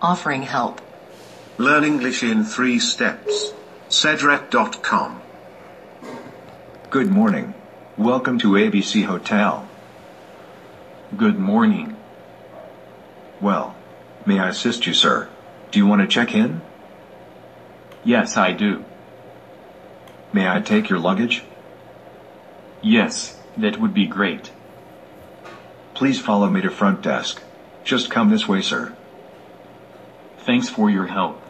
offering help. Learn English in three steps. Cedrec.com. Good morning. Welcome to ABC Hotel. Good morning. Well, may I assist you, sir? Do you want to check in? Yes, I do. May I take your luggage? Yes, that would be great. Please follow me to front desk. Just come this way, sir. Thanks for your help.